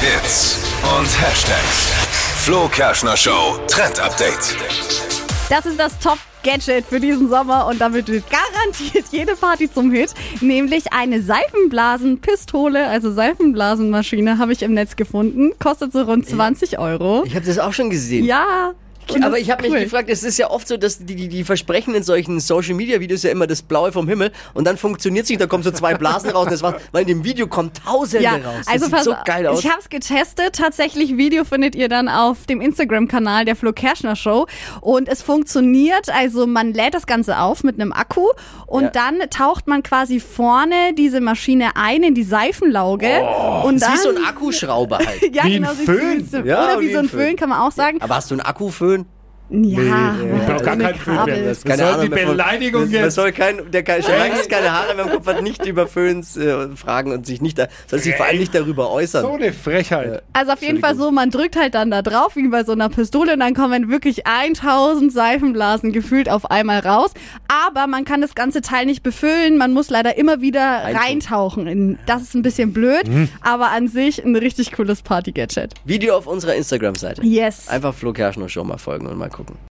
Hits und Hashtags. Flo Kerschner Show Trend Update. Das ist das Top Gadget für diesen Sommer und damit wird garantiert jede Party zum Hit, nämlich eine Seifenblasenpistole, also Seifenblasenmaschine, habe ich im Netz gefunden. Kostet so rund 20 Euro. Ich habe das auch schon gesehen. Ja. und das Aber ich ist habe mich gefragt, es ist ja oft so, dass die, die, die versprechen in solchen Social Media Videos ja immer das Blaue vom Himmel und dann funktioniert nicht, da kommen so zwei Blasen raus und das war's, weil in dem Video kommen Tausende Ja, raus. Das also sieht pass, so geil aus. ich habe es getestet. Tatsächlich Video findet ihr dann auf dem Instagram-Kanal der Flo Kerschner Show und es funktioniert. Also man lädt das Ganze auf mit einem Akku und Ja. dann taucht man quasi vorne diese Maschine ein in die Seifenlauge und das dann Oh, ist wie so ein Akkuschrauber halt. ja, Wie ein genau, sieht's Föhn. sieht's so- Ja, oder wie, so ein Föhn, kann man auch sagen. Aber hast du einen Akkuföhn? Ja, Nee, ich bin Also auch gar ohne kein Föhn Kabel. mehr. Das ist Was keine soll Ahnung halt die mehr von- Beleidigung das, Man jetzt? soll kein, der kann, schon lange keine Haare mehr im Kopf hat, nicht über Föhns äh, fragen und sich nicht, da, soll sich vor allem nicht darüber äußern. So eine Frechheit. Also auf jeden Fall so, man drückt halt dann da drauf, wie bei so einer Pistole, und dann kommen wirklich 1000 Seifenblasen gefühlt auf einmal raus. Aber man kann das ganze Teil nicht befüllen, man muss leider immer wieder reintauchen. In, das ist ein bisschen blöd, aber an sich ein richtig cooles Party-Gadget. Video auf unserer Instagram-Seite. Yes. Einfach Flo Kerschner Show mal folgen und mal gucken.